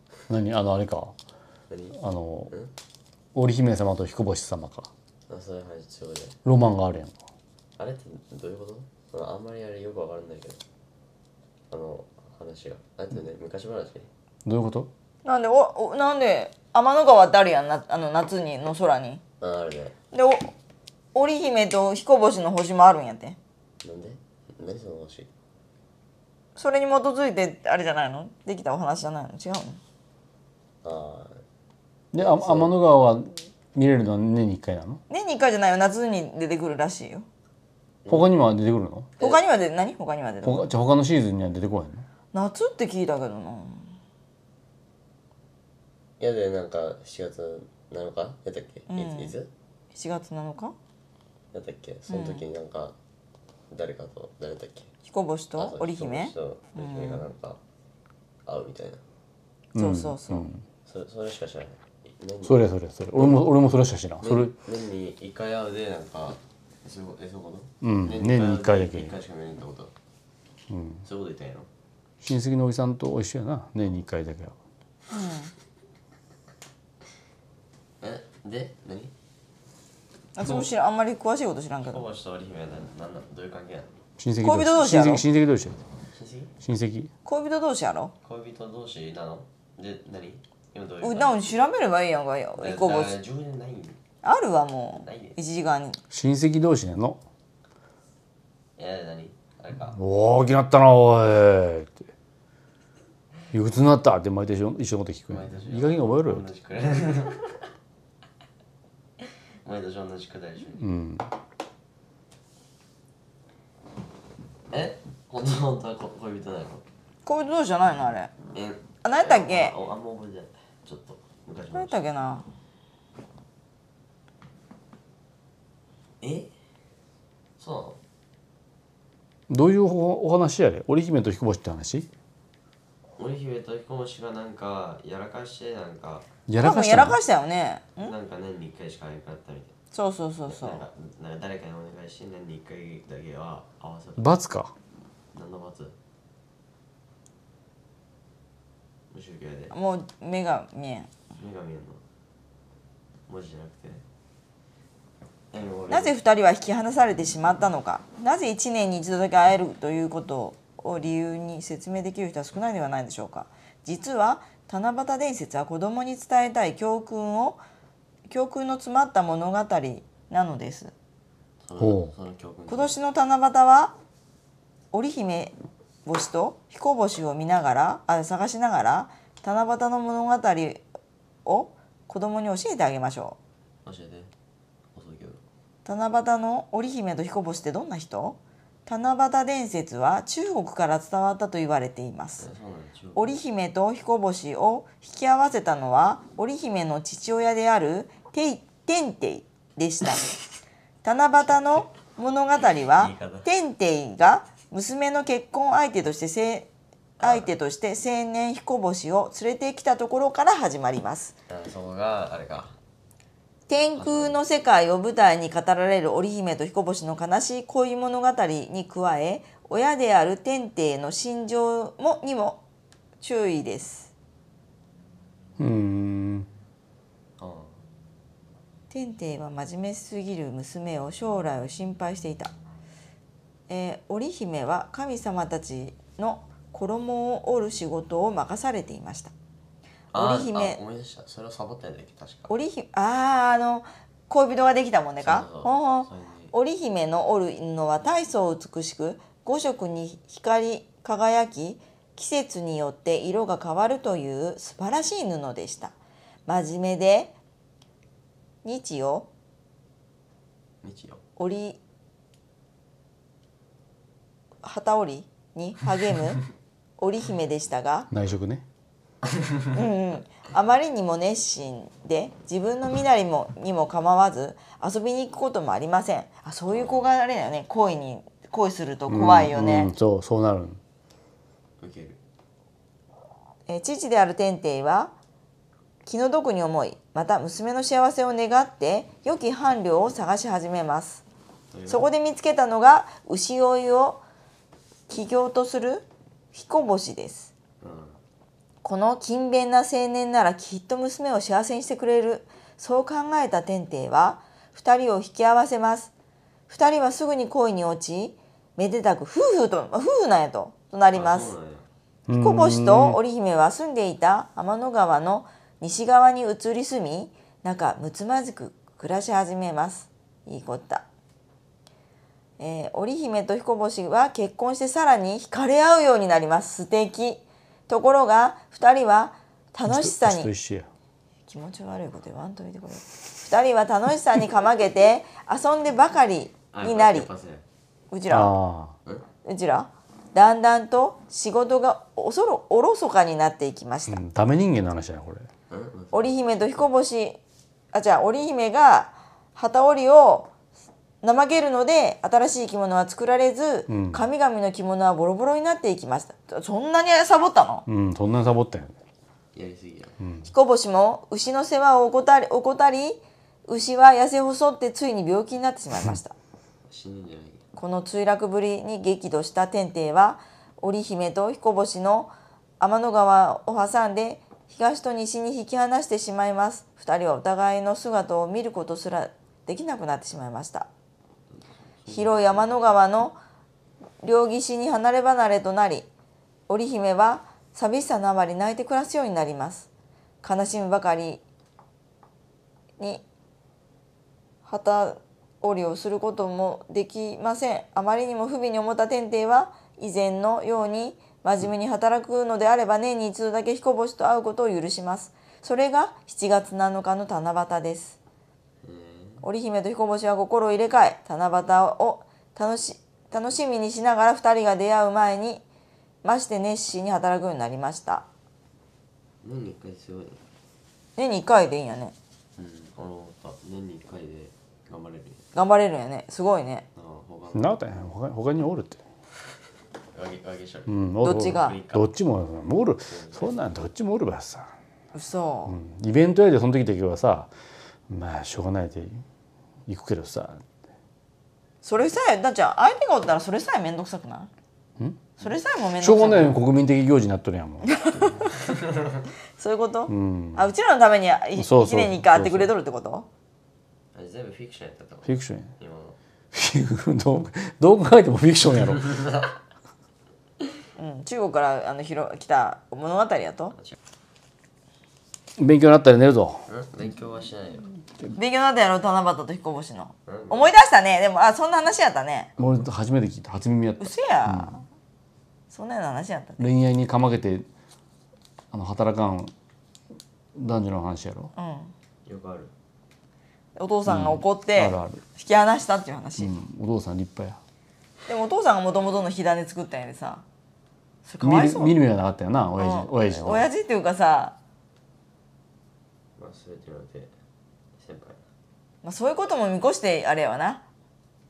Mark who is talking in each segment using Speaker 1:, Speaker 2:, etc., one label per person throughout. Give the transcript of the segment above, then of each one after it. Speaker 1: のあれか
Speaker 2: 何
Speaker 1: あの
Speaker 2: ん
Speaker 1: 織姫様と彦星様か
Speaker 2: あそういう話しようよ
Speaker 1: ロマンがあるやんか
Speaker 2: あれってどういうことああんまりあれよくわからないけどあの話がなんていうのね昔話
Speaker 1: どういうこと
Speaker 3: なんでおおなんで天の川ってあるやんなあの夏にの空に
Speaker 2: ああるね
Speaker 3: でお織姫と彦星の星もあるんやって
Speaker 2: なんで何その話
Speaker 3: それに基づいてあれじゃないのできたお話じゃないの違うの
Speaker 2: ああ
Speaker 1: であ天の川は見れるのは年に1回なの
Speaker 3: 年に1回じゃないよ夏に出てくるらしいよ
Speaker 1: 他にも出てくるの
Speaker 3: 他には出て何他には出てる
Speaker 1: 他じゃあ他のシーズンには出てこへんの
Speaker 3: 夏って聞いたけどない
Speaker 2: やでなんか7月7日やったっけ、いついつ
Speaker 3: 7月7日
Speaker 2: やったっけその時になんか、誰かと誰だっけ
Speaker 3: 彦星
Speaker 2: あ
Speaker 3: と
Speaker 2: そう
Speaker 3: 織姫
Speaker 2: そうそう織姫がなんか会うみたいな、
Speaker 3: そうそうそう、
Speaker 2: そそれしか知らない何
Speaker 1: それそれそれ俺も俺もそれしか知らんそれ
Speaker 2: 年に1回会うでなんかえそういうことえそういうこと
Speaker 1: うん
Speaker 2: に会うで
Speaker 1: 年に一回だけ
Speaker 2: 一回しか見れんってことうんそういうこと言ったんやろ
Speaker 1: 親戚のおじさんと一緒やな年に1回だけは
Speaker 2: えで何
Speaker 3: 私も知らんあんまり詳しいこと知らんけ
Speaker 2: 小
Speaker 3: ど
Speaker 2: 橋と織姫は何なんなんどういう関係なの
Speaker 1: 親戚
Speaker 3: 恋人同士
Speaker 1: 親
Speaker 3: やろ
Speaker 1: 戚親戚同士やで
Speaker 2: 親戚
Speaker 1: 親戚
Speaker 3: 恋人同士やろ
Speaker 2: 恋人同士なので何今どういう
Speaker 3: う
Speaker 2: 関係
Speaker 3: なんか調べればいいやんかよ
Speaker 2: え
Speaker 3: 彦
Speaker 2: だから
Speaker 3: 星
Speaker 2: 10年ないん
Speaker 3: あるわもう
Speaker 2: ないで
Speaker 3: 1時間に
Speaker 1: 親戚同士やの
Speaker 2: え何あれか
Speaker 1: おお大きなったなおいっていくつになったって毎年一緒一緒のこと聞くね
Speaker 2: 毎年
Speaker 1: いい加減覚えろよ
Speaker 2: 同じくらい 毎年同じくらいでしょ、
Speaker 1: うん
Speaker 2: え本当本当はこ恋人なの
Speaker 3: 恋人同士じゃないのあれ
Speaker 2: え
Speaker 3: あ何やったっけ
Speaker 2: あああんま覚えてないちょっと昔
Speaker 3: 何やっ
Speaker 2: の
Speaker 3: たっけな
Speaker 2: えそうなの
Speaker 1: どういうおお話やで織姫と彦星って話
Speaker 2: 織姫と彦星がなんかやらかしてなんか、
Speaker 1: やら
Speaker 3: 多
Speaker 1: か
Speaker 3: 分
Speaker 1: し
Speaker 3: や
Speaker 1: た
Speaker 3: ら
Speaker 1: の
Speaker 3: かしたよねん
Speaker 2: なんか年に1回しか会えなくなったみた
Speaker 3: そうそうそうそ
Speaker 2: いななん
Speaker 3: う
Speaker 2: かなんか誰かにお願いして年に1回だけは会わせる
Speaker 1: 罰か
Speaker 2: 何の罰無宗教やで
Speaker 3: もう目が見えん
Speaker 2: 目が見えんの文字じゃなくてえ俺
Speaker 3: なぜ2人は引き離されてしまったのかなぜ1年に一度だけ会えるということを理由に説明できる人は少ないのではないでしょうか実は七夕伝説は子供に伝えたい教訓を教訓の詰まった物語なのです
Speaker 2: そ
Speaker 1: ほ
Speaker 2: の
Speaker 1: う
Speaker 2: その教訓
Speaker 3: 今年の七夕は織姫星と彦星を見ながらあ探しながら七夕の物語を子供に教えてあげましょう
Speaker 2: 教えて遅いけど
Speaker 3: 七夕の織姫と彦星ってどんな人七夕伝説は中国から伝わったと言われていま
Speaker 2: え
Speaker 3: す
Speaker 2: そうなの中国
Speaker 3: 織姫と彦星を引き合わせたのは織姫の父親であるテイテンテイでした七夕の物語は
Speaker 2: 言い方
Speaker 3: テンテイが娘の結婚相手としてせ相手として青年彦星を連れてきたところから始まります
Speaker 2: あそこがあれか
Speaker 3: 天空の世界を舞台に語られる織姫と彦星の悲しい恋物語に加え親である天帝の心情もにも注意です
Speaker 1: うーん
Speaker 2: うん
Speaker 3: 天帝は真面目すぎる娘を将来を心配していた、えー織姫は神様たちの衣を織る仕事を任されていました
Speaker 2: あ
Speaker 3: 織姫
Speaker 2: あ思い出したそれをサボったんだっけ確か
Speaker 3: 織姫あああの恋人ができたもんねか
Speaker 2: そうそう
Speaker 3: ほんほん
Speaker 2: それに
Speaker 3: 織姫の織るのは大層美しく5色に光り輝き季節によって色が変わるという素晴らしい布でした真面目で日を
Speaker 2: 日曜
Speaker 3: 織り旗織りに励む織姫でしたが
Speaker 1: 内職ね
Speaker 3: うんうん、あまりにも熱心で自分の身なりもにも構わず遊びに行くこともありませんあそういう子があれだよね恋に恋すると怖いよね、
Speaker 1: うんうんそうそうなる
Speaker 2: 受ける
Speaker 3: えー父である天帝は気の毒に思いまた娘の幸せを願って良き伴侶を探し始めます
Speaker 2: という
Speaker 3: そこで見つけたのが牛追いを起業とする彦星です
Speaker 2: うん
Speaker 3: この勤勉な青年ならきっと娘を幸せにしてくれるそう考えた天帝は二人を引き合わせます二人はすぐに恋に落ちめでたく夫婦と夫婦なんやととなりま
Speaker 2: あ
Speaker 3: す
Speaker 2: そうなんや
Speaker 3: 彦星と織姫は住んでいた天の川の西側に移り住み仲睦まじく暮らし始めますいいこった、えー織姫と彦星は結婚してさらに惹かれ合うようになります素敵ところが2人は楽しさ
Speaker 1: うちと
Speaker 3: に
Speaker 1: 一緒や
Speaker 3: 気持ち悪いこと言わんといてこれ2人は楽しさにかまげて遊んでばかり
Speaker 2: あ
Speaker 3: になり
Speaker 2: やっぱそうや
Speaker 3: うちら
Speaker 1: ああ
Speaker 3: うちらだんだんと仕事がおそろおろそかになっていきまし
Speaker 1: ー、
Speaker 3: た、
Speaker 1: うん、ダメ人間の話やなこれ
Speaker 2: うんうん
Speaker 3: 織姫と彦星あじゃあ織姫が旗織を怠けるので新しい着物は作られず、
Speaker 1: うん
Speaker 3: 神々の着物はボロボロになっていきましたそんなにサボったの
Speaker 1: うんそんなにサボったんや
Speaker 2: やりすぎや
Speaker 3: 彦星も牛の世話を怠り怠り牛は痩せ細ってついに病気になってしまいました
Speaker 2: 死ぬんじゃない
Speaker 3: この墜落ぶりに激怒した天帝は織姫と彦星の天の川を挟んで東と西に引き離してしまいます二人はお互いの姿を見ることすらできなくなってしまいました広い天の川の両岸に離れ離れとなり織姫は寂しさのあまり泣いて暮らすようになります悲しむばかりに旗折りをすることもできませんあまりにも不憫に思った天帝は以前のように真面目に働くのであれば年に一度だけ彦星と会うことを許しますそれが7月7日の七夕です織姫と彦星は心を入れ替え七夕を楽し楽しみにしながら2人が出会う前にまして熱心に働くようになりました
Speaker 2: 年に一回すごいな
Speaker 3: 年に1回でいいんやね
Speaker 2: うん俺もやっぱ年に一回で頑張れるね
Speaker 3: 頑張れるんやねすごいね
Speaker 2: ああ他
Speaker 1: そん
Speaker 2: の
Speaker 1: なことやん他に他におるって
Speaker 2: あげあげしゃる
Speaker 1: うんおる
Speaker 3: どっちが
Speaker 1: おるどっちもおるそんなんどっちもおるばさ
Speaker 3: 嘘、
Speaker 1: イベントやでその時だけはさまあしょうがないで行くけどさ
Speaker 3: それさえだって相手がおったらそれさえ面倒くさくないそれさえも面
Speaker 1: しょ
Speaker 3: 倒
Speaker 1: うが
Speaker 3: くさく
Speaker 1: な
Speaker 3: な
Speaker 1: よ
Speaker 3: いい
Speaker 1: 国民的行事になっとるやんもう
Speaker 3: そういうこと、あうちらのためにい一
Speaker 1: そうそう
Speaker 3: 年に一回会ってくれとるってこと
Speaker 2: あれ全部フィクションやったと思う
Speaker 1: フィクションや
Speaker 2: 今
Speaker 1: フィク
Speaker 2: の
Speaker 1: どうどう考えてもフィクションやろ
Speaker 3: うん、中国からあの広来た物語やと
Speaker 1: 勉強になったら寝るぞ
Speaker 2: うん勉強はしないよ
Speaker 3: 勉強になったやろ七夕と彦星の、思い出したねでもあそんな話やったね
Speaker 1: 俺初めて聞いた初耳やった
Speaker 3: うせや、そんなような話やったね
Speaker 1: 恋愛にかまけてあの働かん男女の話やろ
Speaker 2: よくある
Speaker 3: お父さんが怒っ
Speaker 1: あ
Speaker 3: て
Speaker 1: るある
Speaker 3: 引き離したっていう話、
Speaker 1: うんお父さん立派
Speaker 3: でもお父さんがもともとの火種作ったんやでさそれか
Speaker 1: や
Speaker 3: わ
Speaker 1: 見
Speaker 3: い
Speaker 1: る
Speaker 3: そう
Speaker 1: 見る目がなかったよな親父
Speaker 3: うん
Speaker 1: 親父の
Speaker 3: 親父っていうかさ
Speaker 2: まあ全てので先輩
Speaker 3: まあ、そういうことも見越してあれやわな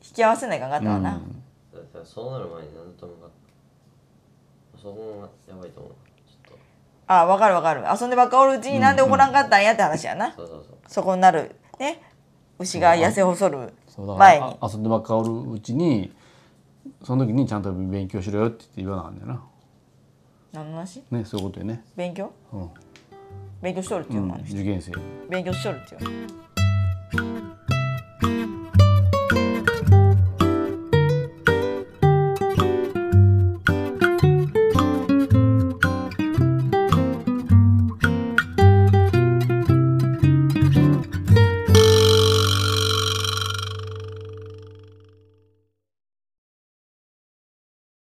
Speaker 3: 引き合わせないかんかったわな、
Speaker 2: だからそうなる前に何ともがそこがやばいと思うちょっ
Speaker 3: ああ分かる分かる遊んでばっかおるうちになんで怒らんかったんやって話やな、
Speaker 2: とそうそうそう
Speaker 3: そこになるね牛が痩せ細る
Speaker 1: そうだか
Speaker 3: 前に、
Speaker 1: らあ遊んでばっかおるうちにその時にちゃんと勉強しろよって言って言わなあかったんだよ
Speaker 3: 何の話
Speaker 1: なねそういうことよね、
Speaker 3: 勉強
Speaker 1: うん
Speaker 3: 勉強しとるっていううも
Speaker 1: ん
Speaker 3: ん、
Speaker 1: 受験生
Speaker 3: 勉強しとるっていう